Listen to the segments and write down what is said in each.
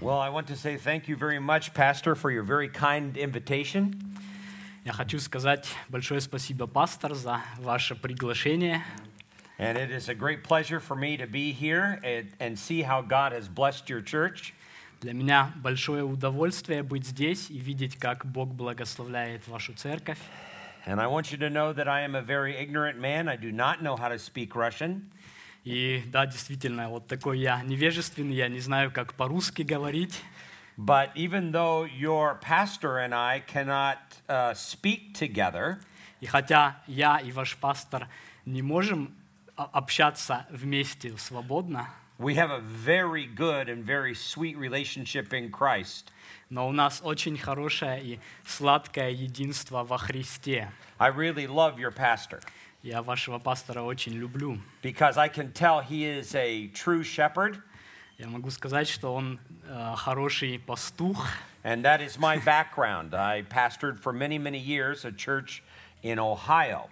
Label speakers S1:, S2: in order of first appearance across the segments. S1: Well, I want to say thank you very much, Pastor, for your very kind invitation.
S2: Я хочу сказать большое спасибо, пастор, за ваше приглашение.
S1: And it is a great pleasure for me to be here and, and see how God has blessed your church.
S2: Для меня большое удовольствие быть здесь и видеть, как Бог благословляет вашу церковь.
S1: And I want you to know that I am a very ignorant man. I do not know how to speak Russian.
S2: И да, действительно, вот такой я невежественный, я не знаю, как по-русски говорить.
S1: But even though your pastor and I cannot uh, speak together,
S2: И хотя я и ваш пастор не можем о- общаться вместе свободно,
S1: we have a very good and very sweet relationship in Christ.
S2: но у нас очень хорошее и сладкое единство во Христе.
S1: I really love your pastor
S2: Я вашего пастора очень люблю.
S1: because I can tell he is a true shepherd,
S2: Я могу сказать, что он э, хороший пастух.
S1: and that is my background. I pastored for many, many years a church in Ohio.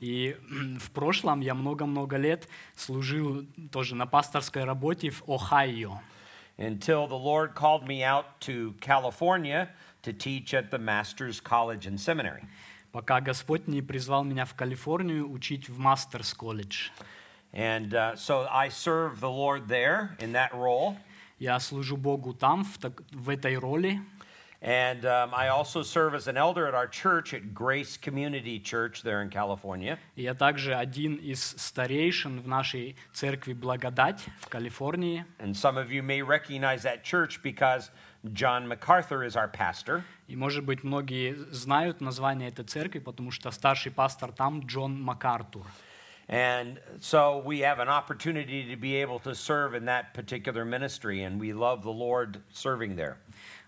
S2: И в прошлом я много-много лет служил тоже на пасторской работе в Ohio.
S1: until the Lord called me out to California to teach at the Master's College and Seminary.
S2: пока Господь не призвал меня в Калифорнию учить в мастерс колледж.
S1: And uh, so I serve the Lord there in that role.
S2: Я служу Богу там, в, так- в этой роли.
S1: And um, I also serve as an elder at our church at Grace Community Church there in California.
S2: И я также один из старейшин в нашей церкви Благодать в Калифорнии.
S1: And some of you may recognize that church because John MacArthur is our pastor.
S2: И, может быть, многие знают название этой церкви, потому что старший пастор там Джон МакАртур.
S1: And so we have an opportunity to be able to serve in that particular ministry, and we love the Lord serving there.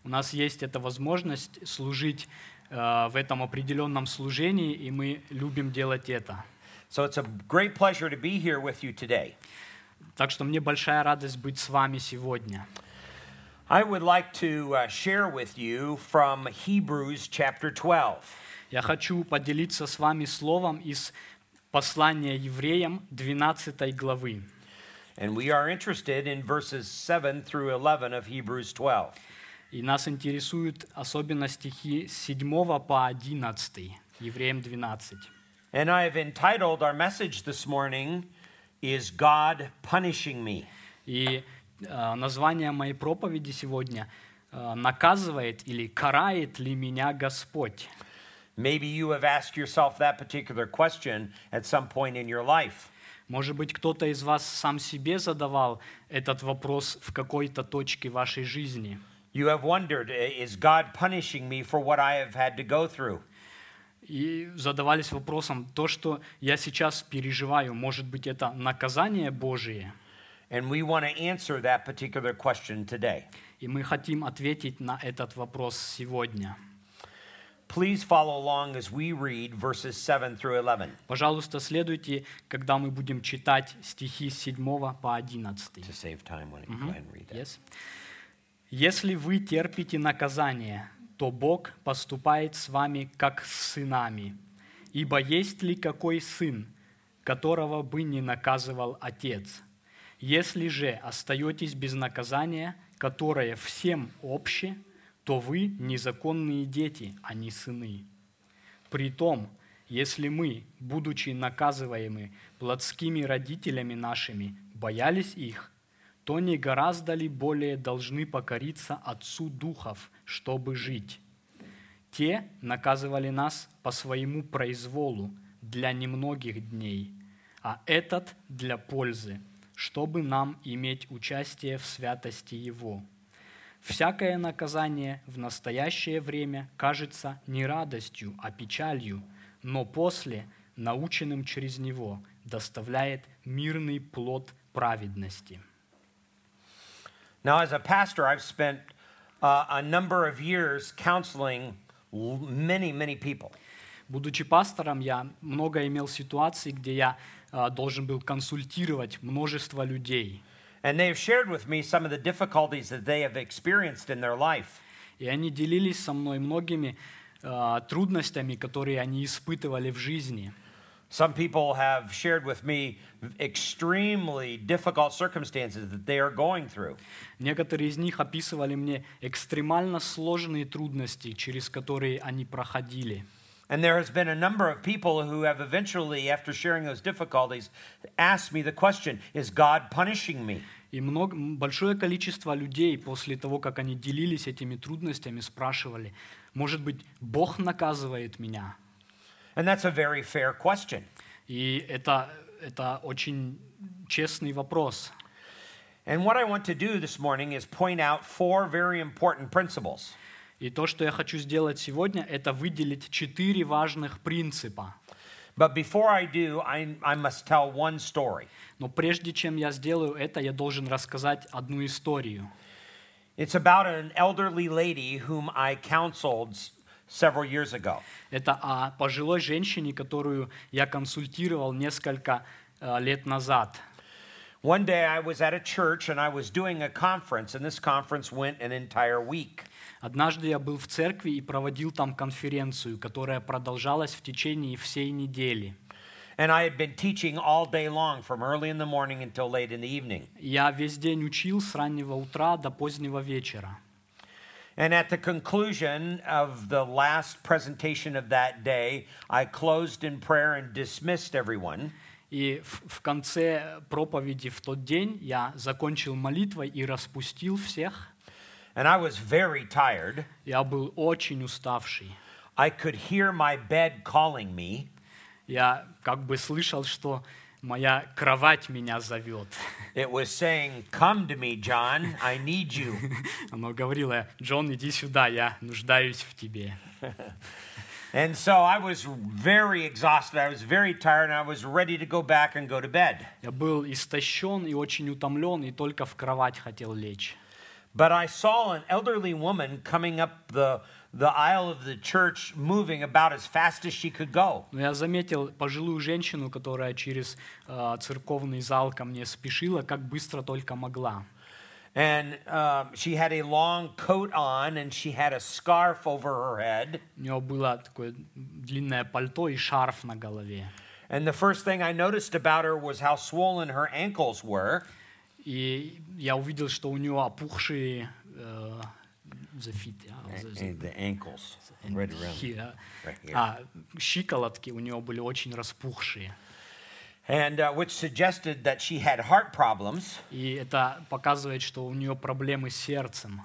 S2: У нас есть эта возможность служить э, в этом определенном служении, и мы любим делать это.
S1: So it's a great pleasure to be here with you today.
S2: Так что мне большая радость быть с вами сегодня.
S1: I would like to uh, share with you from Hebrews chapter 12.
S2: Я хочу поделиться с вами словом из послания евреям 12 главы.
S1: And we are interested in verses 7 through 11 of Hebrews 12.
S2: И нас интересуют особенно стихи с 7 по 11, евреям 12.
S1: And I have entitled our message this morning, Is God Punishing Me?
S2: И э, название моей проповеди сегодня э, «Наказывает или карает ли меня Господь?»
S1: Maybe you have asked yourself that particular question at some point in your life.
S2: Может быть, кто-то из вас сам себе задавал этот вопрос в какой-то точке вашей жизни –
S1: You have wondered, "I- Is God punishing me for what I have had to go through?
S2: и задавались вопросом, то, что я сейчас переживаю, может быть, это наказание Божие?
S1: And we want to answer that particular question today.
S2: И мы хотим ответить на этот вопрос сегодня.
S1: Please follow along as we read verses 7 through 11
S2: Пожалуйста, следуйте, когда мы будем читать стихи с 7 по 11.
S1: to save time when you go ahead and read that.
S2: Yes. Если вы терпите наказание, то Бог поступает с вами как с сынами. Ибо есть ли какой сын, которого бы не наказывал отец? Если же остаетесь без наказания, которое всем обще, то вы незаконные дети, а не сыны. Притом, если мы, будучи наказываемы плотскими родителями нашими, боялись их, то не гораздо ли более должны покориться Отцу Духов, чтобы жить? Те наказывали нас по своему произволу для немногих дней, а этот для пользы, чтобы нам иметь участие в святости Его. Всякое наказание в настоящее время кажется не радостью, а печалью, но после, наученным через него, доставляет мирный плод праведности.
S1: Now, as a pastor, I've spent uh, a number of years counseling l- many, many people.
S2: Будучи пастором, я много имел ситуаций, где я э, должен был консультировать множество людей.
S1: And they have shared with me some of the difficulties that they have experienced in their life.
S2: И они делились а, со мной многими э, трудностями, которые они испытывали в жизни.
S1: Some people have shared with me extremely difficult circumstances that they are going through.
S2: Некоторые из них описывали мне экстремально сложные трудности, через которые они проходили.
S1: And there has been a number of people who have eventually, after sharing those difficulties, asked me the question Is God punishing me?
S2: И много, большое количество людей после того, как они делились этими трудностями, спрашивали, может быть, Бог наказывает меня?
S1: And that's a very fair question.
S2: И это, это очень честный вопрос.
S1: And what I want to do this morning is point out four very important principles.
S2: И то, что я хочу сделать сегодня, это выделить четыре важных принципа.
S1: But before I do, I, I must tell one story.
S2: Но прежде чем я сделаю это, я должен рассказать одну историю.
S1: It's about an elderly lady whom I counseled s- several years ago.
S2: Это о пожилой женщине, которую я консультировал несколько э, лет назад.
S1: One day I was at a church and I was doing a conference, and this conference went an entire week.
S2: Однажды я был в церкви и проводил там конференцию, которая продолжалась в течение всей недели.
S1: And I had been teaching all day long, from early in the morning until late in the evening.
S2: Я весь день учил с раннего утра до позднего вечера.
S1: And at the conclusion of the last presentation of that day, I closed in prayer and dismissed everyone.
S2: И в, в конце проповеди в тот день я закончил молитвой и распустил всех.
S1: And I was very tired.
S2: Я был очень уставший.
S1: I could hear my bed calling me.
S2: Я как бы слышал, что моя кровать меня зовет.
S1: It was saying, Come to me, John. I need you.
S2: Оно говорило, Джон, иди сюда, я нуждаюсь в тебе.
S1: and so I was very exhausted. I was very tired and I was ready to go back and go to bed.
S2: Я был истощен и очень утомлен, и только в кровать хотел лечь.
S1: But I saw an elderly woman coming up the, the aisle of the church, moving about as fast as she could go.
S2: Но я заметил пожилую женщину, которая через э, церковный зал ко мне спешила, как быстро только могла.
S1: And um, she had a long coat on and she had a scarf over her head.
S2: У нее было такое длинное пальто и шарф на голове.
S1: And the first thing I noticed about her was how swollen her ankles were.
S2: И я увидел, что у нее опухшие э, the feet, а, the- the-
S1: the ankles,
S2: and here,
S1: Right here.
S2: а, щиколотки у нее были очень распухшие.
S1: And uh, which suggested that she had heart problems.
S2: И это показывает, что у нее проблемы с сердцем.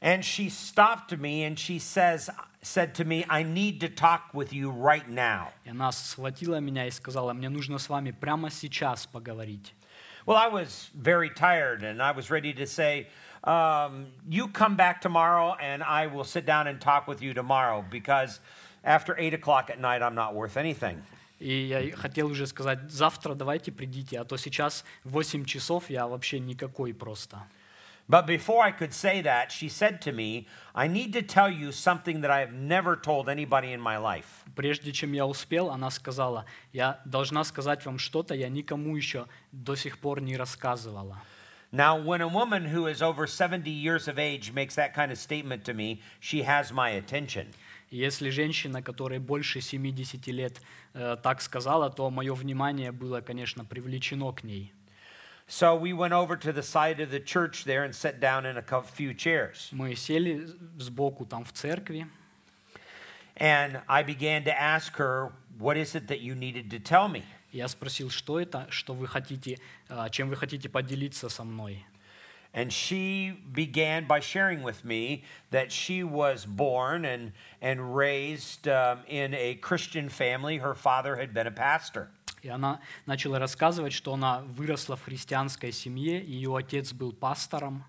S1: And she stopped me and she says, said to me, I need to talk with you right now.
S2: И она схватила меня и сказала, мне нужно с вами прямо сейчас поговорить.
S1: Well, I was very tired and I was ready to say, um, You come back tomorrow and I will sit down and talk with you tomorrow because after eight o'clock at night, I'm not worth anything.
S2: И я и хотел уже сказать, завтра давайте придите, а то сейчас 8 часов, я вообще никакой просто.
S1: But before I could say that, she said to me, I need to tell you something that I have never told anybody in my life.
S2: Прежде чем я успел, она сказала, я должна сказать вам что-то, я никому еще до сих пор не рассказывала.
S1: Now, when a woman who is over 70 years of age makes that kind of statement to me, she has my attention.
S2: И если женщина, которой больше 70 лет, э, так сказала, то мое внимание было, конечно, привлечено к ней.
S1: So we went over to the side of the church there and sat down in a cou- few chairs.
S2: Мы сели сбоку там в церкви,
S1: And I began to ask her, What is it that you needed to tell me?
S2: я спросил, что это, что вы хотите, э, чем вы хотите поделиться со мной.
S1: And she began by sharing with me that she was born and, and raised um, in a Christian family. Her father had been a pastor.
S2: И она начала рассказывать, что она выросла в христианской семье, ее отец был пастором.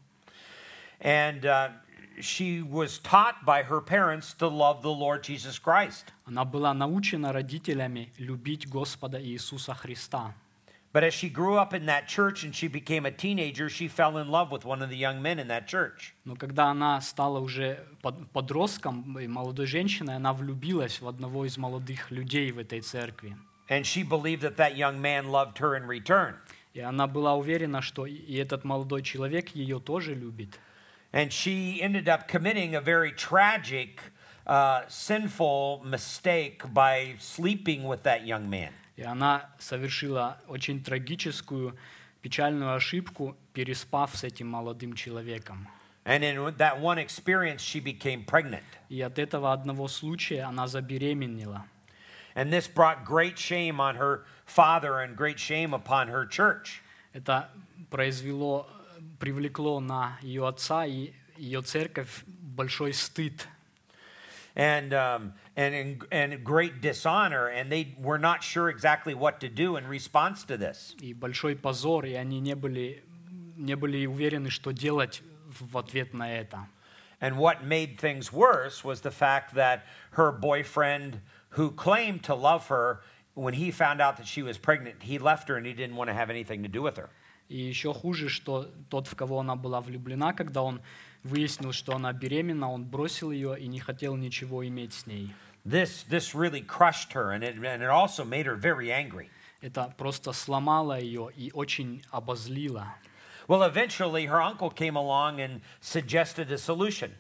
S1: And uh, she was taught by her parents to love the Lord Jesus Christ.
S2: Она была научена родителями любить Господа Иисуса Христа.
S1: But as she grew up in that church and she became a teenager, she fell in love with one of the young men in that church.
S2: Но когда она стала уже под- подростком, и молодой женщиной, она влюбилась в одного из молодых людей в этой церкви.
S1: And she believed that that young man loved her in return.
S2: И она была уверена, что и этот молодой человек ее тоже любит.
S1: And she ended up committing a very tragic uh, uh, sinful mistake by sleeping with that young man.
S2: И она совершила очень трагическую, печальную ошибку, переспав с этим молодым человеком.
S1: And in that one experience, she became pregnant.
S2: И от этого одного случая она забеременела.
S1: And this brought great shame on her father and great shame upon her church.
S2: Это произвело, привлекло на ее отца и ее церковь большой стыд.
S1: And, um, and, and great dishonor, and they were not sure exactly what to do in response to this.
S2: и большой позор, и они не были, не были уверены, что делать в ответ на это.
S1: And what made things worse was the fact that her boyfriend, who claimed to love her, when he found out that she was pregnant, he left her and he didn't want to have anything to do with her.
S2: И еще хуже, что тот, в кого она была влюблена, когда он выяснил, что она беременна, он бросил ее и не хотел ничего иметь с ней.
S1: This, this really crushed her, and it, and it also made her very angry.
S2: Это просто сломало ее и очень обозлило.
S1: Well, eventually, her uncle came along and suggested a solution.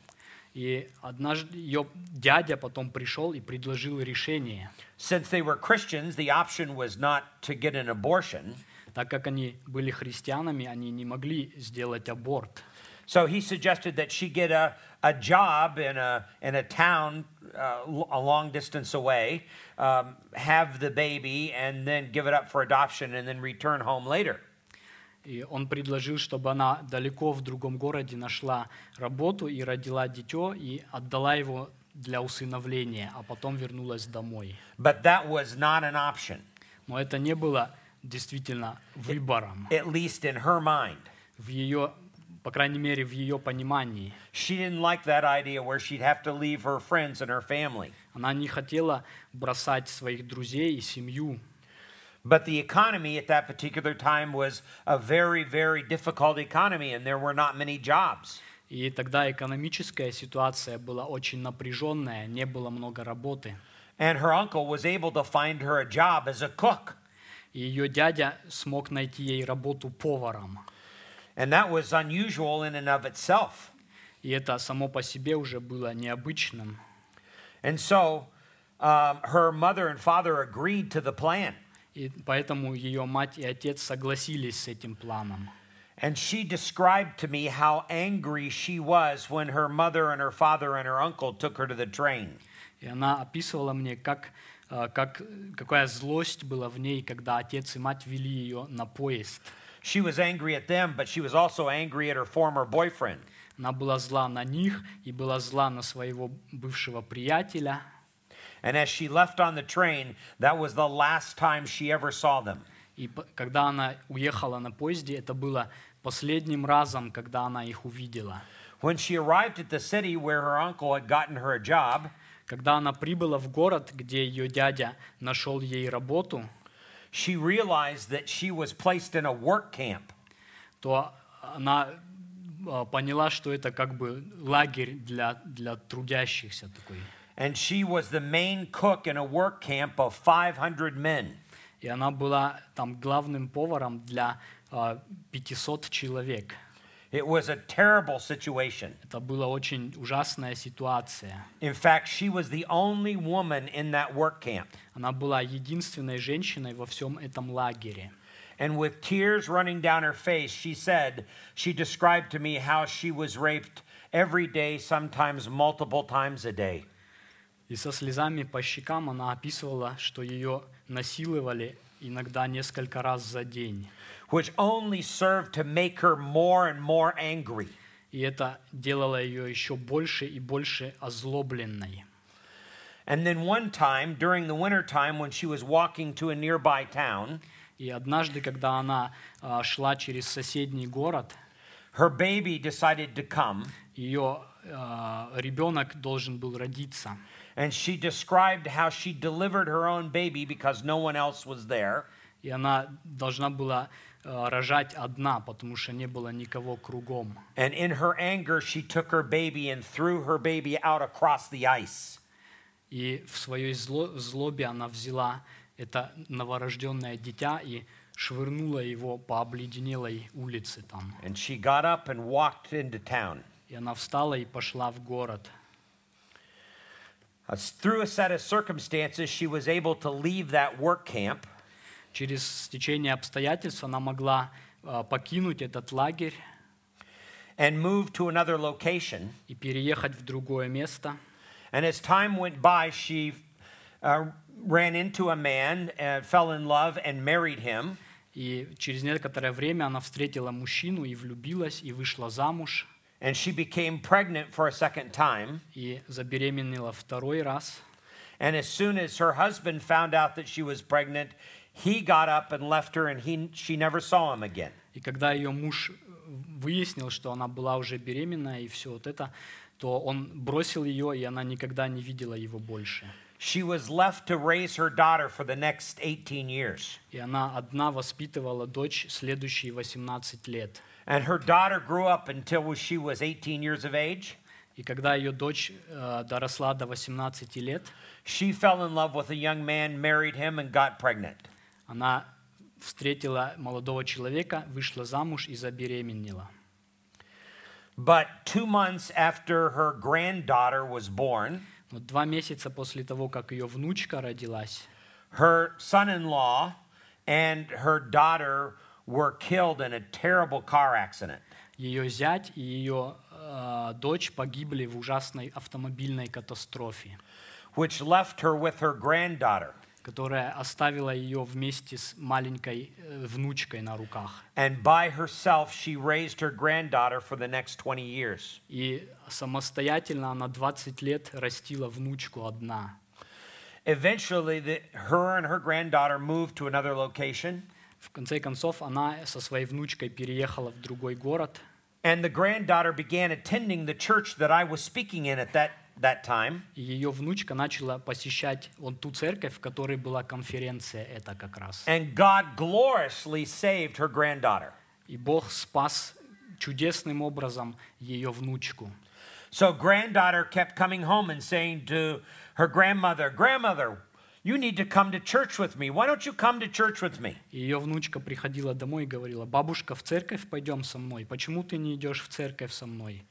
S2: И однажды ее дядя потом пришел и предложил решение.
S1: Since they were Christians, the option was not to get an abortion.
S2: Так как они были христианами, они не могли сделать аборт.
S1: So he suggested that she get a, a job in a, in a town uh, l- a long distance away, um, have the baby, and then give it up for adoption and then return home later.
S2: И он предложил, чтобы она далеко в другом городе нашла работу и родила дитё, и отдала его для усыновления, а потом вернулась домой.
S1: But that was not an option,
S2: Но это не было действительно выбором
S1: at least in her mind.
S2: в ее, по крайней мере, в ее понимании.
S1: She didn't like that idea where she'd have to leave her friends and her family.
S2: Она не хотела бросать своих друзей и семью.
S1: But the economy at that particular time was a very, very difficult economy, and there were not many jobs.
S2: И тогда экономическая ситуация была очень напряженная, не было много работы.
S1: And her uncle was able to find her a job as a cook.
S2: И ее дядя смог найти ей работу поваром.
S1: And that was unusual in and of itself.
S2: И это само по себе уже было необычным.
S1: And so um, her mother and father agreed to the plan.
S2: И поэтому ее мать и отец согласились с этим планом.
S1: And she described to me how angry she was when her mother and her father and her uncle took her to the train.
S2: И она описывала мне, как, э, как, какая злость была в ней, когда отец и мать вели ее на поезд.
S1: She was angry at them, but she was also angry at her former boyfriend.
S2: Она была зла на них и была зла на своего бывшего приятеля.
S1: And as she left on the train, that was the last time she ever saw them.
S2: И п- когда она уехала на поезде, это было последним разом, когда она их увидела.
S1: When she arrived at the city where her uncle had gotten her a job,
S2: Когда она прибыла в город, где ее дядя нашел ей работу,
S1: she realized that she was placed in a work camp.
S2: то она э, поняла, что это как бы лагерь для, для трудящихся такой.
S1: And she was the main cook in a work camp of 500 men.
S2: И она была там главным поваром для э, 500 человек.
S1: It was a terrible situation.
S2: Это была очень ужасная ситуация.
S1: In fact, she was the only woman in that work camp.
S2: Она была единственной женщиной во всем этом лагере.
S1: And with tears running down her face, she said, she described to me how she was raped every day, sometimes multiple times a day.
S2: И со слезами по щекам она описывала, что ее насиловали иногда несколько раз за день.
S1: which only served to make her more and more angry.
S2: И это делало ее еще больше и больше озлобленной.
S1: And then one time during the winter time when she was walking to a nearby town,
S2: И однажды, когда она а, шла через соседний город,
S1: her baby decided to come,
S2: ее а, ребенок должен был родиться.
S1: and she described how she delivered her own baby because no one else was there.
S2: И она должна была а, рожать одна, потому что не было никого кругом.
S1: And in her anger, she took her baby and threw her baby out across the ice.
S2: И в своей зло- злобе она взяла это новорожденное дитя и швырнула его по обледенелой улице там.
S1: And she got up and walked into town.
S2: И она встала и пошла в город.
S1: Uh, through a set of circumstances, she was able to leave that work camp
S2: Через стечение обстоятельств она могла э, покинуть этот лагерь
S1: and move to another location.
S2: и переехать в другое место.
S1: And as time went by, she uh, ran into a man, uh, fell in love, and married him.
S2: И через некоторое время она встретила мужчину и влюбилась, и вышла замуж,
S1: And she became pregnant for a second time.
S2: и забеременела второй раз.
S1: And as soon as her husband found out that she was pregnant, he got up and left her, and he, she never saw him again.
S2: И когда ее муж э, выяснил, что она была уже беременна и все вот это, то он бросил ее, и она никогда не видела его больше.
S1: She was left to raise her daughter for the next 18 years.
S2: И она одна воспитывала дочь следующие 18 лет.
S1: And her daughter grew up until she was 18 years of age.
S2: И когда ее дочь э, доросла до 18 лет,
S1: She fell in love with a young man, married him, and got pregnant.
S2: она встретила молодого человека, вышла замуж и забеременела.
S1: But two months after her granddaughter was born,
S2: Но два месяца после того, как ее внучка родилась,
S1: her son in law and her daughter were killed in a terrible car accident.
S2: ее зять и ее э, дочь погибли в ужасной автомобильной катастрофе,
S1: which left her with her granddaughter.
S2: которая оставила ее вместе с маленькой э, внучкой на руках.
S1: And by herself, she raised her granddaughter for the next 20 years.
S2: И самостоятельно она 20 лет растила внучку одна.
S1: Eventually, the, her and her granddaughter moved to another location,
S2: В конце концов, она со своей внучкой переехала в другой город,
S1: and the granddaughter began attending the church that I was speaking in at that, that time.
S2: и ее внучка начала посещать вот ту церковь, в которой была конференция эта как раз.
S1: And God gloriously saved her granddaughter.
S2: И Бог спас чудесным образом ее внучку.
S1: So, granddaughter kept coming home and saying to her grandmother, Grandmother, you need to come to church with me. Why don't you come to church with me?
S2: И Ее внучка приходила домой и говорила, бабушка, в церковь пойдем со мной, почему ты не идешь в церковь со мной?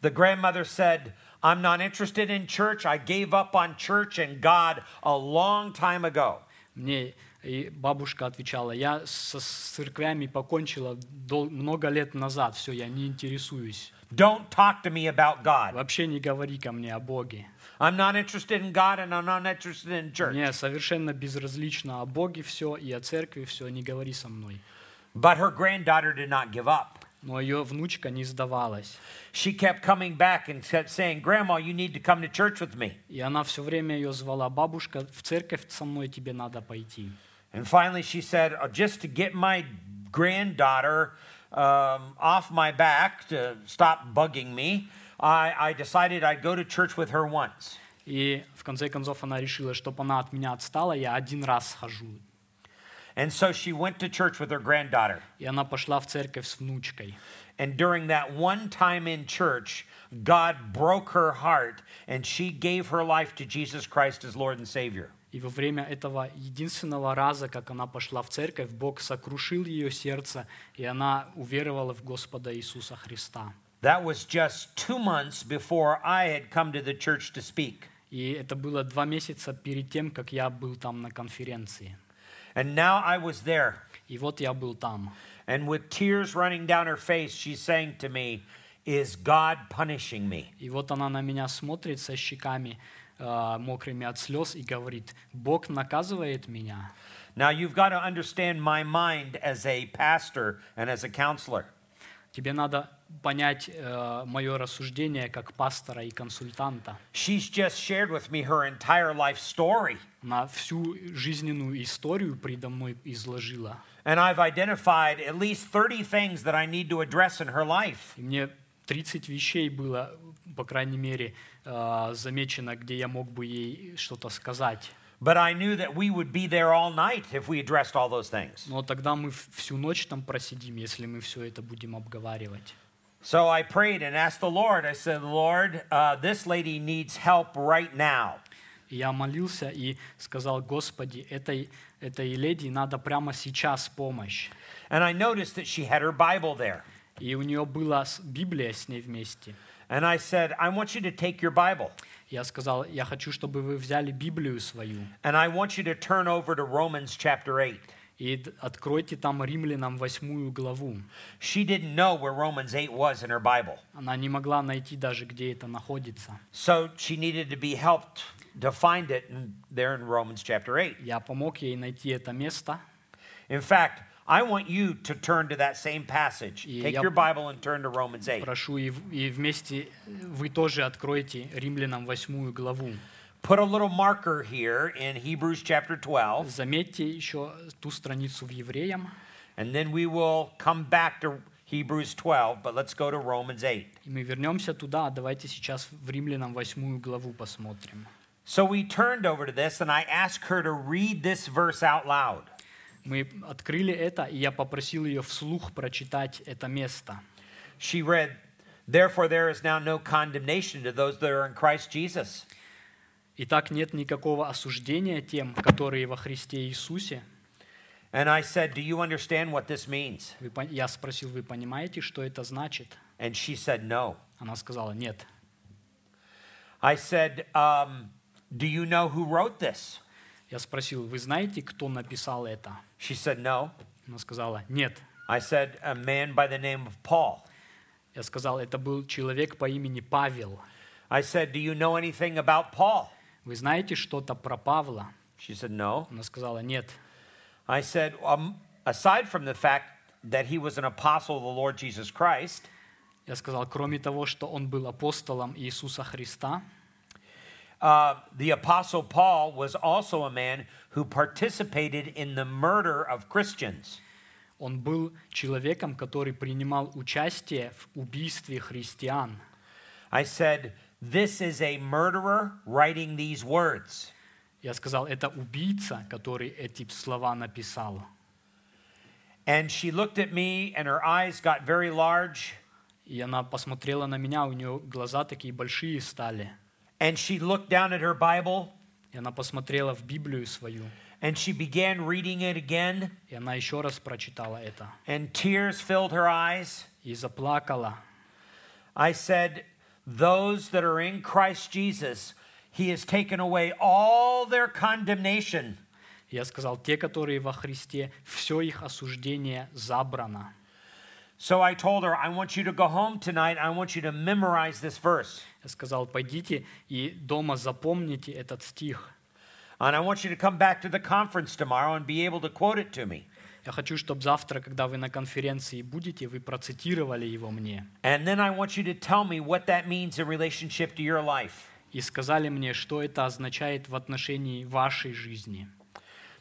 S1: The grandmother said, I'm not interested in church. I gave up on church and God a long time ago.
S2: Мне и бабушка отвечала, я со, с церквями покончила дол- много лет назад, все, я не интересуюсь.
S1: Don't talk to me about God.
S2: Вообще не говори ко мне о Боге.
S1: I'm not interested in God and I'm not interested in church.
S2: Мне совершенно безразлично о Боге все и о церкви все, не говори со мной.
S1: But her granddaughter did not give up.
S2: Но ее внучка не сдавалась.
S1: She kept coming back and kept saying, Grandma, you need to come to church with me.
S2: И она все время ее звала, бабушка, в церковь со мной тебе надо пойти.
S1: And finally, she said, "Oh, Just to get my granddaughter um, off my back to stop bugging me, I, I decided I'd go to church with her once.
S2: И в конце концов она решила, чтобы она от меня отстала, я один раз схожу.
S1: And so she went to church with her granddaughter.
S2: И она пошла в церковь с внучкой.
S1: And during that one time in church, God broke her heart and she gave her life to Jesus Christ as Lord and Savior.
S2: И во время этого единственного раза, как она пошла в церковь, Бог сокрушил ее сердце, и она уверовала в Господа Иисуса Христа.
S1: That was just two months before I had come to the church to speak.
S2: И это было два месяца перед тем, как я был там на конференции.
S1: And now I was there.
S2: И вот я был там.
S1: And with tears running down her face, she sang to me, Is God punishing me?
S2: И вот она на меня смотрит со щеками, э, мокрыми от слез, и говорит, Бог наказывает меня.
S1: Now you've got to understand my mind as a pastor and as a counselor.
S2: Тебе надо понять мое рассуждение как пастора и консультанта.
S1: She's just shared with me her entire life story.
S2: Она всю жизненную историю предо мной изложила.
S1: And I've identified at least 30 things that I need to address in her life.
S2: И мне 30 вещей было, по крайней мере, э, замечено, где я мог бы ей что-то сказать.
S1: But I knew that we would be there all night if we addressed all those things.
S2: Но тогда мы в- всю ночь там просидим, если мы все это будем обговаривать.
S1: So I prayed and asked the Lord. I said, Lord, uh, this lady needs help right now.
S2: И я молился и сказал, Господи, этой, этой леди надо прямо сейчас помощь.
S1: And I noticed that she had her Bible there.
S2: И у нее была с- Библия с ней вместе.
S1: And I said, I want you to take your Bible
S2: Я сказал, я хочу, чтобы вы взяли Библию свою
S1: and I want you to turn over to Romans chapter 8.
S2: и д- откройте там римлянам восьмую главу.
S1: She didn't know where Romans 8 was in her Bible,
S2: Она не могла найти даже, где это находится.
S1: so she needed to be helped to find it in, there in Romans chapter 8.
S2: Я помог ей найти это место.
S1: In fact, I want you to turn to that same passage.
S2: Yeah,
S1: Take
S2: yep.
S1: your Bible and turn to Romans 8.
S2: Прошу, и, в- и вместе э, вы тоже откройте римлянам восьмую главу.
S1: Put a little marker here in Hebrews chapter 12,
S2: Заметьте еще ту страницу в Евреям,
S1: and then we will come back to Hebrews 12, but let's go to Romans 8.
S2: и мы вернемся туда. Давайте сейчас в римлянам восьмую главу посмотрим.
S1: So we turned over to this, and I asked her to read this verse out loud.
S2: Мы открыли это, и я попросил ее вслух прочитать это место.
S1: She read, Therefore, there is now no condemnation to those that are in Christ Jesus,
S2: Итак, нет никакого осуждения тем, которые во Христе Иисусе.
S1: And I said, Do you understand what this means?
S2: Вы пон- я спросил, вы понимаете, что это значит?
S1: And she said, No.
S2: Она сказала, нет.
S1: I said, um, Do you know who wrote this?
S2: Я спросил, вы знаете, кто написал это?
S1: She said, No.
S2: Она сказала, нет.
S1: I said, A man by the name of Paul.
S2: Я сказал, это был человек по имени Павел.
S1: I said, Do you know anything about Paul?
S2: Вы знаете что-то про Павла?
S1: She said, No.
S2: Она сказала, нет.
S1: I said, um, Aside from the fact that he was an apostle of the Lord Jesus Christ,
S2: Я сказал, кроме того, что он был апостолом Иисуса Христа,
S1: uh, the apostle Paul was also a man who participated in the murder of Christians.
S2: он был человеком, который принимал участие в убийстве христиан.
S1: I said, This is a murderer writing these words.
S2: Я сказал, это убийца, который эти слова написал.
S1: And she looked at me, and her eyes got very large,
S2: И она посмотрела на меня, у нее глаза такие большие стали.
S1: and she looked down at her Bible,
S2: И она посмотрела в Библию свою,
S1: and she began reading it again,
S2: и она еще раз прочитала это.
S1: and tears filled her eyes.
S2: И заплакала.
S1: I said, Those that are in Christ Jesus, he has taken away all their condemnation.
S2: Я сказал, те, которые во Христе, все их осуждение забрано.
S1: So I told her, I want you to go home tonight. I want you to memorize this verse.
S2: Я сказал, пойдите и дома запомните этот стих.
S1: And I want you to come back to the conference tomorrow and be able to quote it to me.
S2: Я хочу, чтобы завтра, когда вы на конференции будете, вы процитировали его мне
S1: And then I want you to tell me what that means in relationship to your life.
S2: и сказали мне, что это означает в отношении вашей жизни.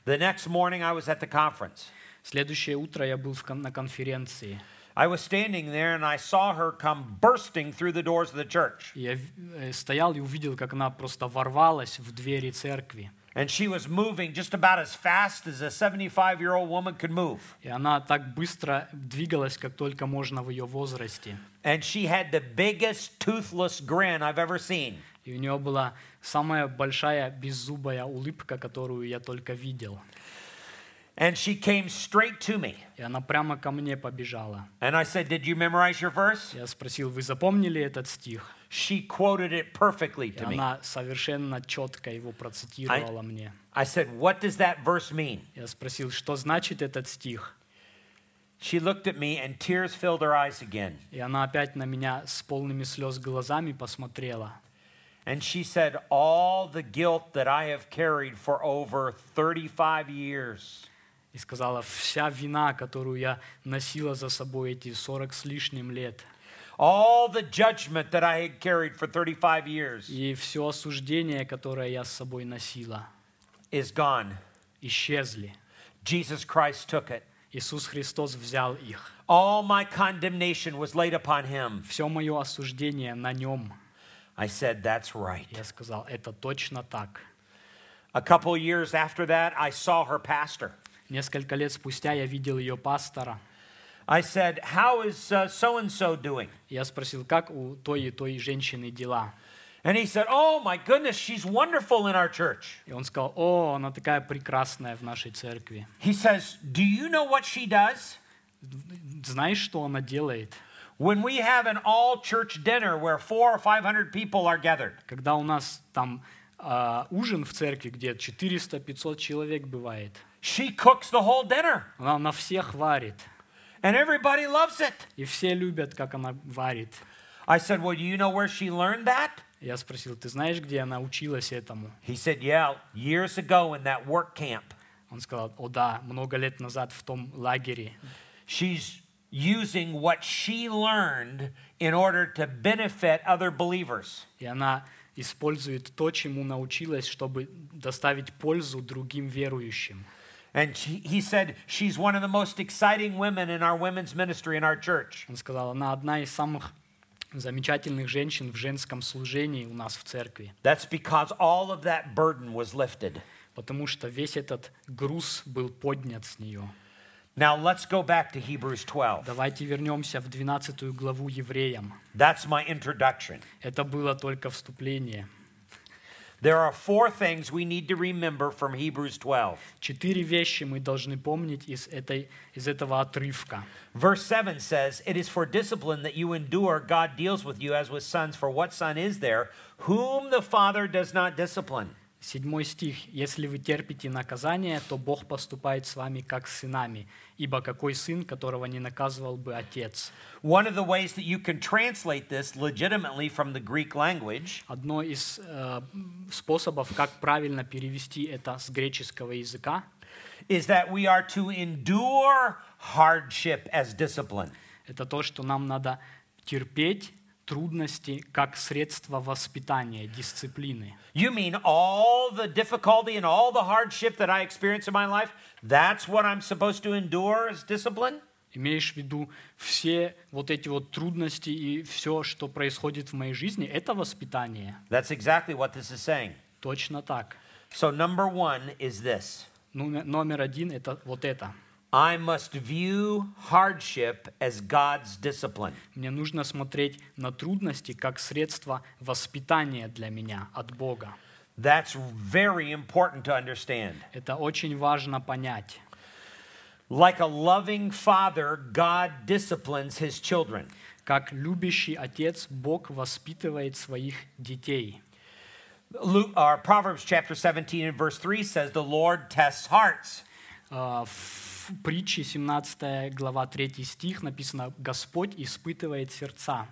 S1: The next morning, I was at the conference.
S2: Следующее утро я был в кон- на конференции.
S1: I was standing there and I saw her come bursting through the doors of the church.
S2: И Я в- э, стоял и увидел, как она просто ворвалась в двери церкви.
S1: And she was moving just about as fast as a 75 year old woman could move.
S2: И она так быстро двигалась, как только можно в ее возрасте.
S1: And she had the biggest toothless grin I've ever seen.
S2: И у нее была самая большая беззубая улыбка, которую я только видел.
S1: And she came straight to me.
S2: И она прямо ко мне побежала.
S1: And I said, Did you memorize your verse?
S2: Я спросил, вы запомнили этот стих?
S1: She quoted it perfectly
S2: И
S1: to me.
S2: она совершенно четко его процитировала мне.
S1: I said, What does that verse mean?
S2: Я спросил, что значит этот стих?
S1: She looked at me and tears filled her eyes again.
S2: И она опять на меня с полными слез глазами посмотрела.
S1: And she said, All the guilt that I have carried for over 35 years,
S2: И сказала, вся вина, которую я носила за собой эти 40 с лишним лет,
S1: all the judgment that I had carried for 35 years
S2: и все осуждение, которое я с собой носила,
S1: is gone.
S2: исчезли.
S1: Jesus Christ took it.
S2: Иисус Христос взял их.
S1: All my condemnation was laid upon him.
S2: Все мое осуждение на нем.
S1: I said, That's right.
S2: Я сказал, это точно так.
S1: A couple years after that, I saw her pastor.
S2: Несколько лет спустя я видел ее пастора.
S1: I said, How is so and so doing?
S2: Я спросил, как у той и той женщины дела.
S1: And he said, Oh my goodness, she's wonderful in our church.
S2: И он сказал, о, она такая прекрасная в нашей церкви.
S1: He says, Do you know what she does?
S2: Знаешь, что она делает?
S1: When we have an all church dinner where four or 500 people are gathered,
S2: Когда у нас там а, ужин в церкви, где 400-500 человек бывает,
S1: she cooks the whole dinner
S2: она на всех варит.
S1: and everybody loves it.
S2: И все любят, как она варит.
S1: I said, Well, do you know where she learned that?
S2: Я спросил, ты знаешь, где она училась этому?
S1: He said, Yeah, years ago in that work camp.
S2: Он сказал, о да, много лет назад в том лагере.
S1: She's using what she learned in order to benefit other believers.
S2: И она использует то, чему научилась, чтобы доставить пользу другим верующим.
S1: And she, he said, She's one of the most exciting women in our women's ministry in our church.
S2: Он сказал, она одна из самых замечательных женщин в женском служении у нас в церкви,
S1: That's because all of that burden was lifted.
S2: потому что весь этот груз был поднят с нее.
S1: Now let's go back to Hebrews 12.
S2: Давайте вернемся в 12 главу евреям.
S1: That's my introduction.
S2: Это было только вступление.
S1: There are four things we need to remember from Hebrews 12.
S2: Четыре вещи мы должны помнить из, этой, из этого отрывка.
S1: Verse 7 says, It is for discipline that you endure. God deals with you as with sons. For what son is there whom the Father does not discipline?
S2: Седьмой стих. «Если вы терпите наказание, то Бог поступает с вами как с сынами, ибо какой сын, которого не наказывал бы отец?»
S1: One of the ways that you can translate this legitimately from the Greek language
S2: Одно из э, способов, как правильно перевести это с греческого языка,
S1: is that we are to endure hardship as discipline.
S2: это то, что нам надо терпеть трудности как средство воспитания, дисциплины.
S1: You mean all the difficulty and all the hardship that I experience in my life? That's what I'm supposed to endure as discipline?
S2: Имеешь в виду все вот эти вот трудности и все, что происходит в моей жизни, это воспитание?
S1: That's exactly what this is saying.
S2: Точно так.
S1: So, number one is this
S2: Номер, номер один — это вот это.
S1: I must view hardship as God's discipline.
S2: Мне нужно смотреть на трудности как средство воспитания для меня от Бога.
S1: That's very important to understand.
S2: Это очень важно понять.
S1: Like a loving father, God disciplines his children.
S2: Как любящий отец Бог воспитывает своих детей.
S1: Luke, or Proverbs chapter 17 and verse 3 says, The Lord tests hearts.
S2: А, В притче 17 глава 3 стих написано «Господь испытывает сердца».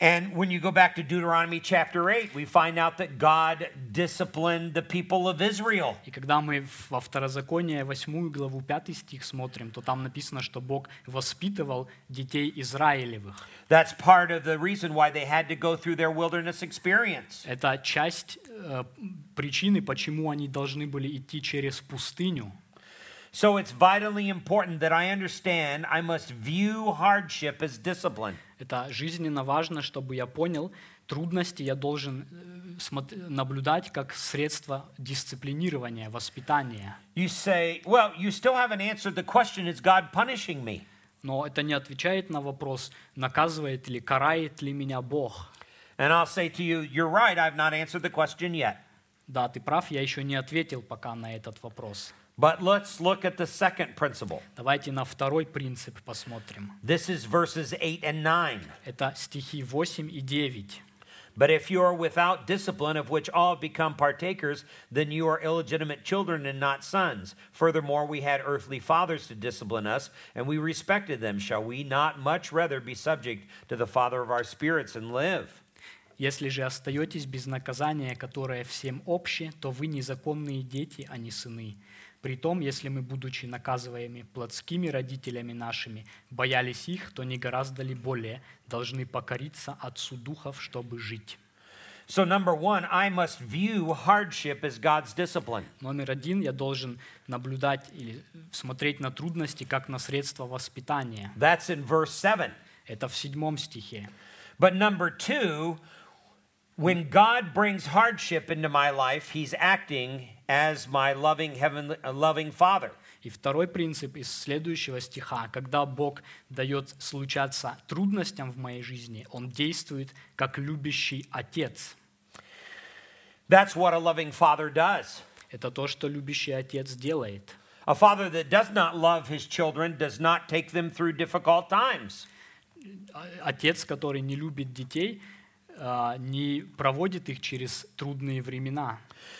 S1: And when you go back to Deuteronomy chapter 8, we find out that God disciplined the people of Israel.
S2: И когда мы во Второзаконие 8 главу 5 стих смотрим, то там написано, что Бог воспитывал детей Израилевых.
S1: That's part of the reason why they had to go through their wilderness experience.
S2: Это часть э, причины, почему они должны были идти через пустыню.
S1: So it's vitally important that I understand I must view hardship as discipline.
S2: Это жизненно важно, чтобы я понял, трудности я должен э, смот- наблюдать как средство дисциплинирования, воспитания.
S1: You say, well, you still haven't answered the question is God punishing me?
S2: Но это не отвечает на вопрос, наказывает ли, карает ли меня Бог.
S1: And I'll say to you, you're right, I've not answered the question yet.
S2: Да, ты прав, я еще не ответил пока на этот вопрос.
S1: But let's look at the second principle.
S2: Давайте на второй принцип посмотрим.
S1: This is verses 8 and 9.
S2: Это стихи 8 и 9.
S1: But if you are without discipline, of which all have become partakers, then you are illegitimate children and not sons. Furthermore, we had earthly fathers to discipline us, and we respected them. Shall we not much rather be subject to the Father of our spirits and live?
S2: Если же остаетесь без наказания, которое всем обще, то вы незаконные дети, а не сыны. Притом, если мы, будучи наказываемы плотскими родителями нашими, боялись их, то не гораздо ли более должны покориться Отцу Духов, чтобы жить.
S1: So, number one, I must view hardship as God's discipline.
S2: Номер один, я должен наблюдать или смотреть на трудности как на средство воспитания.
S1: That's in verse 7.
S2: Это в седьмом стихе.
S1: But number two, when God brings hardship into my life, he's acting as my loving, heavenly, uh, loving Father.
S2: И второй принцип из следующего стиха. Когда Бог дает случаться трудностям в моей жизни, Он действует как любящий отец.
S1: That's what a loving father does.
S2: Это то, что любящий отец делает.
S1: A father that does not love his children does not take them through difficult times.
S2: а- отец, который не любит детей, а, не проводит их через трудные времена.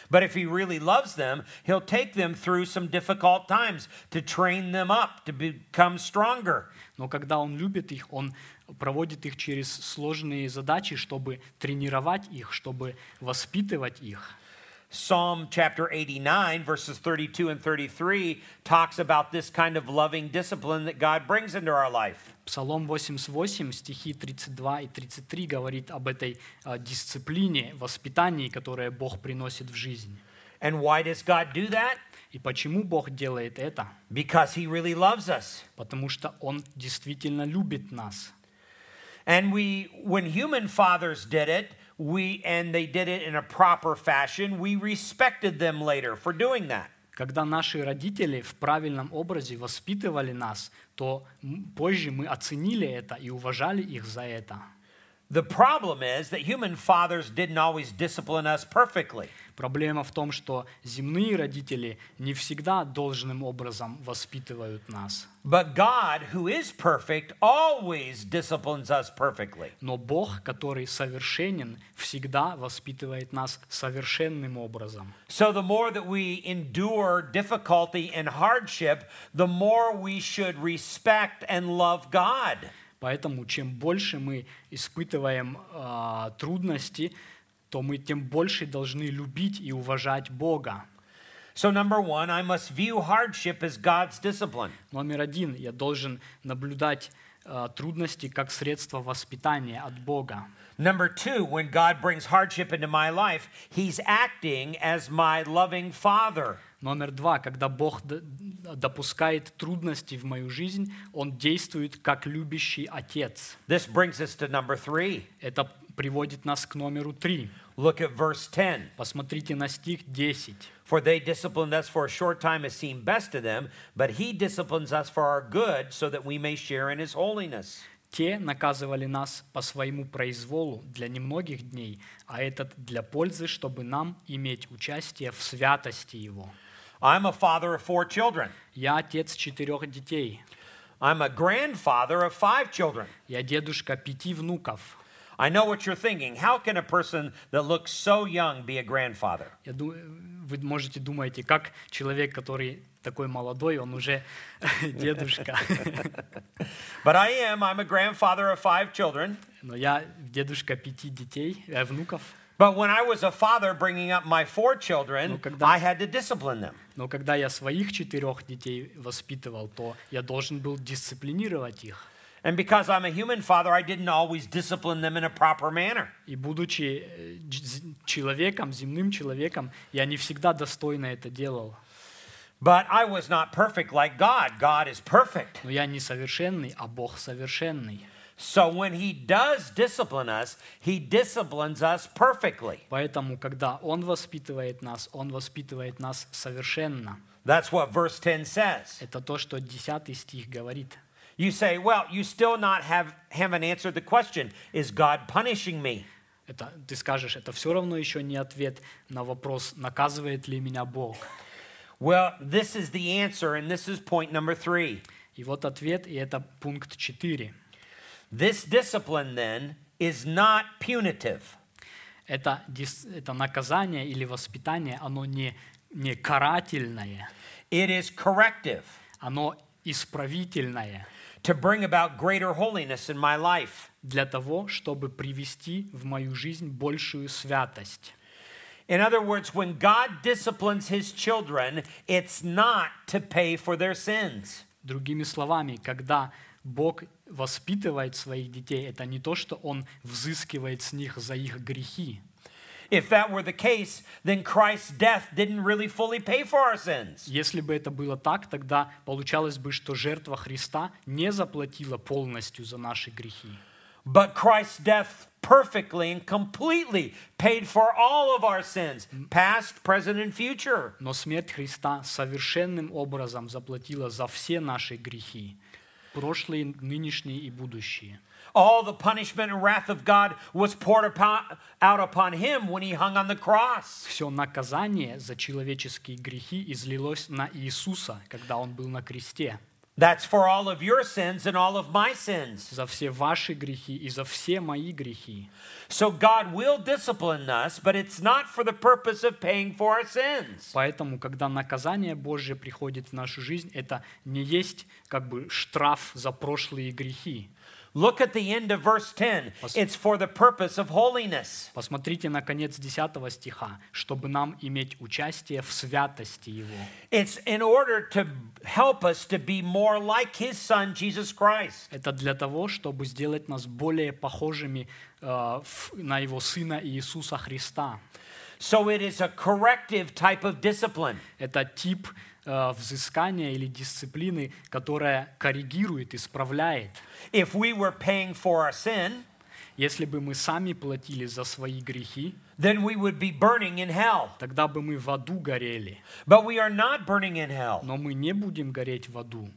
S1: But if he really loves them, he'll take them through some difficult times to train them up to become stronger.
S2: Но когда он любит их, он проводит их через сложные задачи, чтобы тренировать их, чтобы воспитывать их.
S1: Psalm chapter 89, verses 32 and 33, talks about this kind of loving discipline that God brings into our life.
S2: Псалом 88, стихи 32 и 33 говорит об этой а, дисциплине, воспитании, которое Бог приносит в жизнь.
S1: And why does God do that?
S2: И почему Бог делает это?
S1: Because he really loves us.
S2: Потому что Он действительно любит нас.
S1: And we when human fathers did it, we and they did it in a proper fashion, we respected them later for doing that.
S2: Когда наши родители в правильном образе воспитывали нас, то м, позже мы оценили это и уважали их за это.
S1: The problem is that human fathers didn't always discipline us perfectly.
S2: Проблема в том, что земные родители не всегда должным образом воспитывают нас.
S1: But God, who is perfect, always disciplines us perfectly.
S2: Но Бог, который совершенен, всегда воспитывает нас совершенным образом.
S1: So the more that we endure difficulty and hardship, the more we should respect and love God.
S2: Поэтому чем больше мы испытываем а, трудности, то мы тем больше должны любить и уважать Бога.
S1: So, number one, I must view hardship as God's discipline.
S2: Номер один, я должен наблюдать а, трудности как средство воспитания от Бога.
S1: Number two, when God brings hardship into my life, He's acting as my loving Father.
S2: Номер два, когда Бог д- допускает трудности в мою жизнь, Он действует как любящий Отец.
S1: This brings us to number three.
S2: Это приводит нас к номеру три.
S1: Look at verse 10.
S2: Посмотрите на стих 10.
S1: For they disciplined us for a short time as seemed best to them, but he disciplines us for our good so that we may share in his holiness.
S2: Те наказывали нас по своему произволу для немногих дней, а этот для пользы, чтобы нам иметь участие в святости Его.
S1: I'm a father of four children.
S2: Я отец четырех детей,
S1: I'm a grandfather of five children.
S2: я дедушка пяти внуков.
S1: I know what you're thinking. How can a person that looks so young be a grandfather?
S2: Я ду- вы можете думаете, как человек, который такой молодой, он уже дедушка.
S1: But I am. I'm a grandfather of five children.
S2: Но я дедушка пяти детей, э, внуков.
S1: But when I was a father bringing up my four children,
S2: Ну, когда-
S1: I had to discipline them.
S2: Но когда я своих четырех детей воспитывал, то я должен был дисциплинировать их.
S1: And because I'm a human father, I didn't always discipline them in a proper manner.
S2: И будучи э, дж- з- человеком, земным человеком, я не всегда достойно это делал.
S1: But I was not perfect like God. God is perfect.
S2: Но я несовершенный, а Бог совершенный.
S1: So when he does discipline us, he disciplines us perfectly.
S2: Поэтому, когда Он воспитывает нас, Он воспитывает нас совершенно.
S1: That's what verse 10 says.
S2: Это то, что 10 стих говорит.
S1: You say, well, you still not have haven't answered the question, is God punishing me?
S2: Это, ты скажешь, это все равно еще не ответ на вопрос, наказывает ли меня Бог.
S1: Well, this is the answer and this is point number 3.
S2: И вот ответ, и это пункт 4.
S1: This discipline then is not punitive.
S2: Это, дис- это наказание или воспитание, оно не, не карательное,
S1: It is corrective
S2: оно исправительное
S1: to bring about greater holiness in my life.
S2: для того, чтобы привести в мою жизнь большую святость.
S1: In other words, when God disciplines his children, it's not to pay for their sins.
S2: Другими словами, когда Бог воспитывает своих детей, это не то, что Он взыскивает с них за их грехи.
S1: If that were the case, then Christ's death didn't really fully pay for our sins.
S2: Если бы это было так, тогда получалось бы, что жертва Христа не заплатила полностью за наши грехи.
S1: But Christ's death perfectly and completely paid for all of our sins, past, present, and future.
S2: Но смерть Христа совершенным образом заплатила за все наши грехи, прошлые, нынешние и будущие.
S1: All the punishment and wrath of God was poured upon, out upon him when he hung on the cross.
S2: Все наказание за человеческие грехи излилось на Иисуса, когда Он был на кресте.
S1: That's for all of your sins and all of my sins.
S2: за все ваши грехи и за все мои грехи.
S1: So God will discipline us, but it's not for the purpose of paying for our sins.
S2: Поэтому, когда наказание Божье приходит в нашу жизнь, это не есть как бы штраф за прошлые грехи.
S1: Look at the end of verse 10.
S2: Пос-
S1: It's for the purpose of holiness.
S2: Посмотрите на конец 10 стиха, чтобы нам иметь участие в святости Его.
S1: It's in order to help us to be more like his son, Jesus Christ.
S2: Это для того, чтобы сделать нас более похожими э, в- на Его Сына Иисуса Христа.
S1: So it is a corrective type of discipline.
S2: Это тип э, взыскания или дисциплины, которая коррегирует, исправляет.
S1: If we were paying for our sin,
S2: Если бы мы сами платили за свои грехи,
S1: then we would be burning in hell.
S2: тогда бы мы в аду горели.
S1: But we are not burning in hell.
S2: Но мы не будем гореть в аду.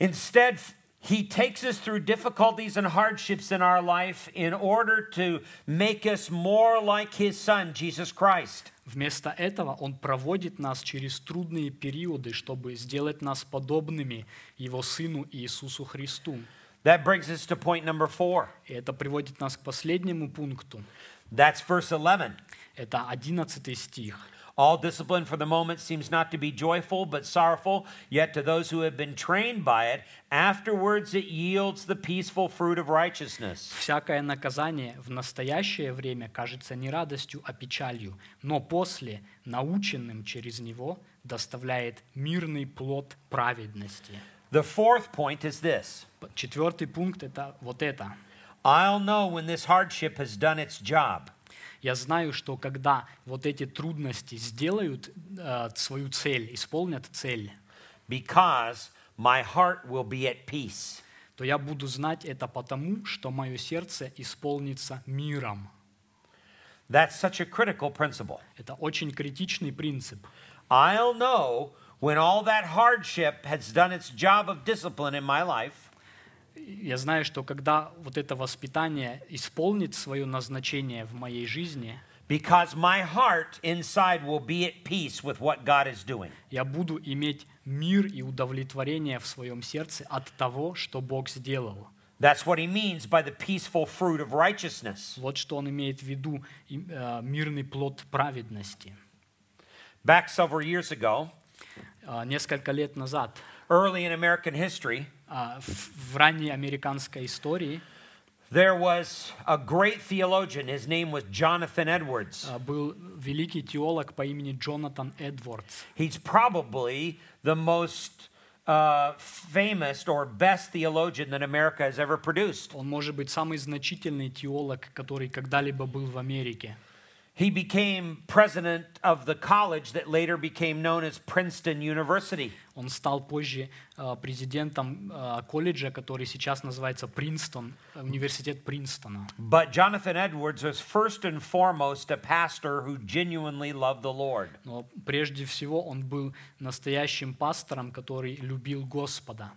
S1: Instead, f- he takes us through difficulties and hardships in our life in order to make us more like his son, Jesus Christ.
S2: Вместо этого Он проводит нас через трудные периоды, чтобы сделать нас подобными Его Сыну Иисусу Христу.
S1: That brings us to point number four.
S2: И это приводит нас к последнему пункту.
S1: That's verse 11.
S2: Это 11 стих.
S1: All discipline for the moment seems not to be joyful, but sorrowful. Yet to those who have been trained by it, afterwards it yields the peaceful fruit of righteousness.
S2: «Всякое наказание в настоящее время кажется не радостью, а печалью, но после, наученным через него, доставляет мирный плод праведности».
S1: The fourth point is this
S2: Четвертый пункт – это вот это.
S1: I'll know when this hardship has done its job.
S2: Я знаю, что когда вот эти трудности сделают э, свою цель, исполнят цель,
S1: because my heart will be at peace.
S2: то я буду знать это потому, что мое сердце исполнится миром.
S1: That's such a critical principle.
S2: Это очень критичный принцип.
S1: I'll know when all that hardship has done its job of discipline in my life,
S2: Я знаю, что когда вот это воспитание исполнит свое назначение в моей жизни,
S1: because my heart inside will be at peace with what God is doing.
S2: я буду иметь мир и удовлетворение в своем сердце от того, что Бог сделал.
S1: That's what he means by the peaceful fruit of righteousness.
S2: Вот что он имеет в виду и, э, мирный плод праведности.
S1: Back several years ago,
S2: А, Несколько лет назад
S1: early in American history,
S2: а, в в ранней американской истории
S1: there was a great theologian. His name was Jonathan Edwards.
S2: а, был великий теолог по имени Джонатан Эдвардс.
S1: He's probably the most uh, famous or best theologian that America has ever produced.
S2: Он может быть самый значительный теолог, который когда-либо был в Америке.
S1: He became president of the college that later became known as Princeton University.
S2: Он стал позже э, президентом э, колледжа, который сейчас называется Принстон, э, университет Принстона.
S1: But Jonathan Edwards was first and foremost a pastor who genuinely loved the Lord.
S2: Но прежде всего он был настоящим пастором, который любил Господа.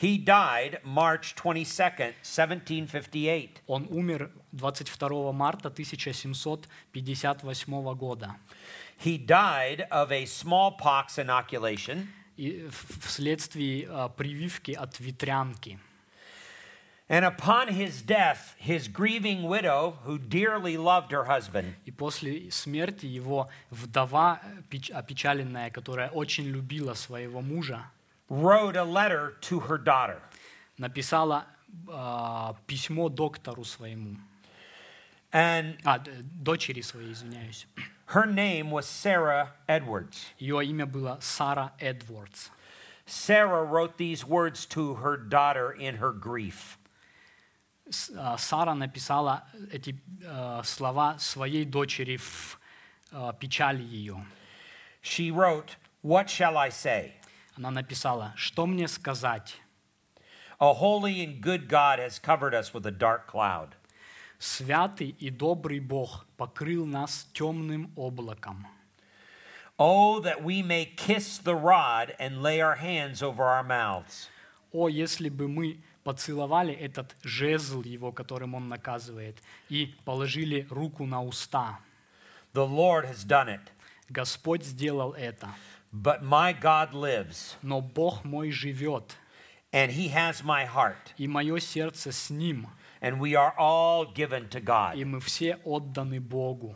S1: He died March 22nd, 1758.
S2: Он умер 22 марта 1758 года
S1: He died of a smallpox inoculation.
S2: и в- вследствие э, прививки от ветрянки.
S1: And upon his death, his grieving widow, who dearly loved her husband,
S2: И после смерти его вдова, э, печ- опечаленная, которая очень любила своего мужа,
S1: wrote a letter to her daughter.
S2: написала а, письмо доктору своему,
S1: And
S2: а, д- дочери своей, извиняюсь.
S1: her name was Sarah Edwards.
S2: Ее имя было Сара Эдвардс.
S1: Sarah wrote these words to her daughter in her grief
S2: С- а, Сара написала эти э, слова своей дочери в э, печали ее.
S1: She wrote, What shall I say?
S2: Она написала, что мне сказать?
S1: A holy and good God has covered us with a dark cloud.
S2: Святый и добрый Бог покрыл нас темным облаком.
S1: Oh, that we may kiss the rod and lay our hands over our mouths.
S2: О, если бы мы поцеловали этот жезл его, которым он наказывает, и положили руку на уста.
S1: The Lord has done it.
S2: Господь сделал это.
S1: But my God lives,
S2: но Бог мой живет,
S1: and He has my heart,
S2: и мое сердце с Ним,
S1: and we are all given to
S2: и
S1: God.
S2: мы все отданы Богу.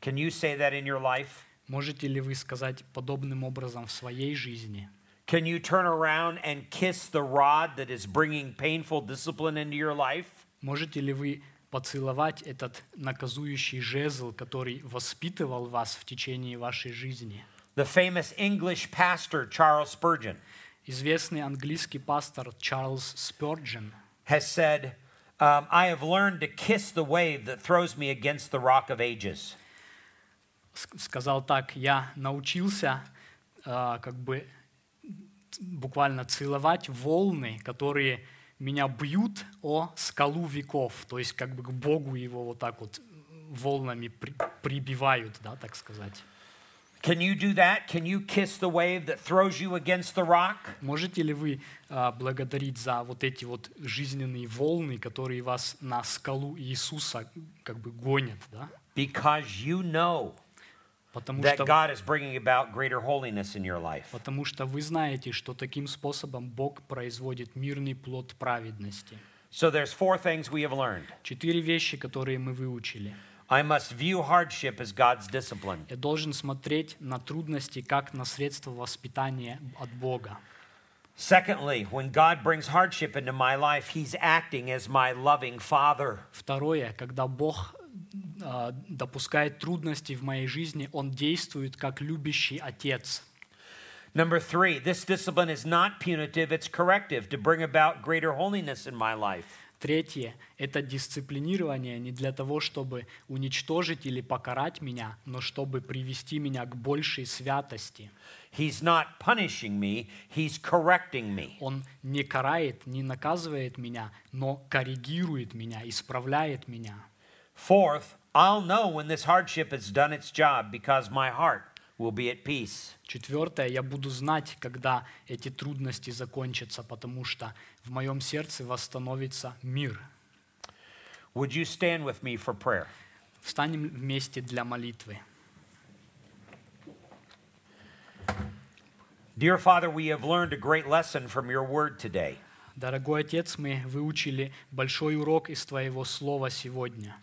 S1: Can you say that in your life?
S2: Можете ли вы сказать подобным образом в своей жизни?
S1: Can you turn around and kiss the rod that is bringing painful discipline into your life?
S2: Можете ли вы поцеловать этот наказующий жезл, который воспитывал вас в течение вашей жизни?
S1: The famous English pastor Charles Spurgeon
S2: Известный английский пастор Чарльз Спёрджен
S1: has said, um, I have learned to kiss the wave that throws me against the rock of ages.
S2: ск- сказал так, я научился а, как бы ц- буквально целовать волны, которые меня бьют о скалу веков, то есть как бы к Богу его вот так вот волнами при- прибивают, да, так сказать.
S1: Can you do that? Can you kiss the wave that throws you against the rock?
S2: Можете ли вы а, благодарить за вот эти вот жизненные волны, которые вас на скалу Иисуса как бы гонят, да?
S1: Because you know
S2: Потому
S1: that
S2: что,
S1: God is bringing about greater holiness in your life.
S2: потому что вы знаете, что таким способом Бог производит мирный плод праведности.
S1: So there's four things we have learned.
S2: Четыре вещи, которые мы выучили.
S1: I must view hardship as God's discipline.
S2: Я должен смотреть на трудности как на средство воспитания от Бога.
S1: Secondly, when God brings hardship into my life, he's acting as my loving father.
S2: Второе, когда Бог а, допускает трудности в моей жизни, Он действует как любящий отец.
S1: Number 3, this discipline is not punitive, it's corrective to bring about greater holiness in my life.
S2: Третье – это дисциплинирование не для того, чтобы уничтожить или покарать меня, но чтобы привести меня к большей святости.
S1: He's not punishing me, he's correcting me.
S2: Он не карает, не наказывает меня, но коррегирует меня, исправляет меня.
S1: Fourth, I'll know when this hardship has done its job because my heart will be at peace.
S2: Четвертое, я буду знать, когда эти трудности закончатся, потому что в моем сердце восстановится мир.
S1: Would you stand with me for prayer?
S2: Встанем вместе для молитвы.
S1: Dear Father, we have learned a great lesson from your word today.
S2: Дорогой Отец, мы выучили большой урок из Твоего Слова сегодня.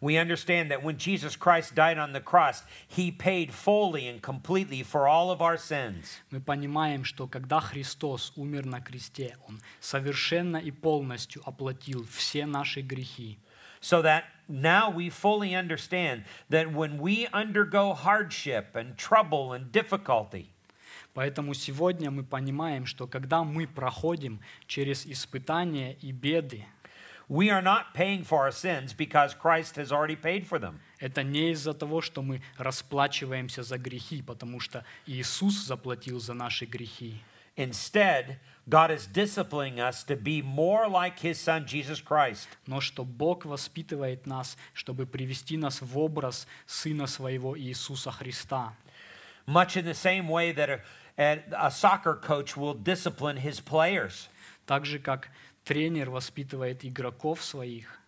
S1: We understand that when Jesus Christ died on the cross, he paid fully and completely for all of our sins.
S2: Мы понимаем, что когда Христос умер на кресте, Он совершенно и полностью оплатил все наши грехи.
S1: So that now we fully understand that when we undergo hardship and trouble and difficulty,
S2: Поэтому сегодня мы понимаем, что когда мы проходим через испытания и беды,
S1: we are not paying for our sins because Christ has already paid for them.
S2: это не из-за того, что мы расплачиваемся за грехи, потому что Иисус заплатил за наши грехи.
S1: Instead, God is disciplining us to be more like his son Jesus Christ.
S2: но что Бог воспитывает нас, чтобы привести нас в образ Сына Своего Иисуса Христа.
S1: Much in the same way that a, a- a soccer coach will discipline his players
S2: Так же, как тренер воспитывает игроков своих,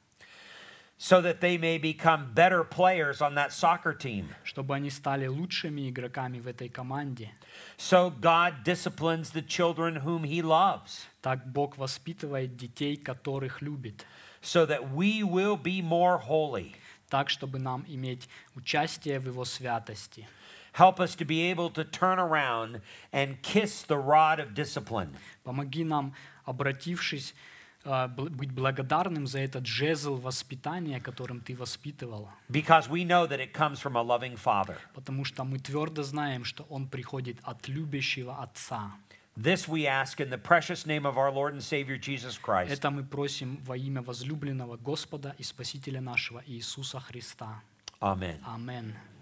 S1: so that they may become better players on that soccer team.
S2: чтобы они стали лучшими игроками в этой команде.
S1: So God disciplines the children whom he loves
S2: Так Бог воспитывает детей, которых любит,
S1: so that we will be more holy.
S2: так, чтобы нам иметь участие в Его святости.
S1: Help us to be able to turn around and kiss the rod of discipline.
S2: Помоги нам, обратившись, э, бл- быть благодарным за этот жезл воспитания, которым Ты воспитывал.
S1: Because we know that it comes from a loving Father.
S2: потому что мы твердо знаем, что Он приходит от любящего Отца.
S1: This we ask in the precious name of our Lord and Savior Jesus Christ.
S2: Это мы просим во имя возлюбленного Господа и Спасителя нашего Иисуса Христа.
S1: Amen.
S2: Аминь.